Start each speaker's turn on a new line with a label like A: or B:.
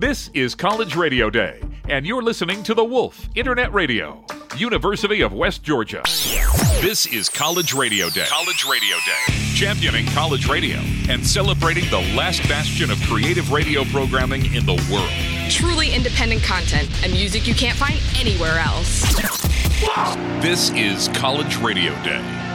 A: This is College Radio Day, and you're listening to The Wolf Internet Radio, University of West Georgia. This is College Radio Day. College Radio Day. Championing college radio and celebrating the last bastion of creative radio programming in the world.
B: Truly independent content and music you can't find anywhere else.
A: This is College Radio Day.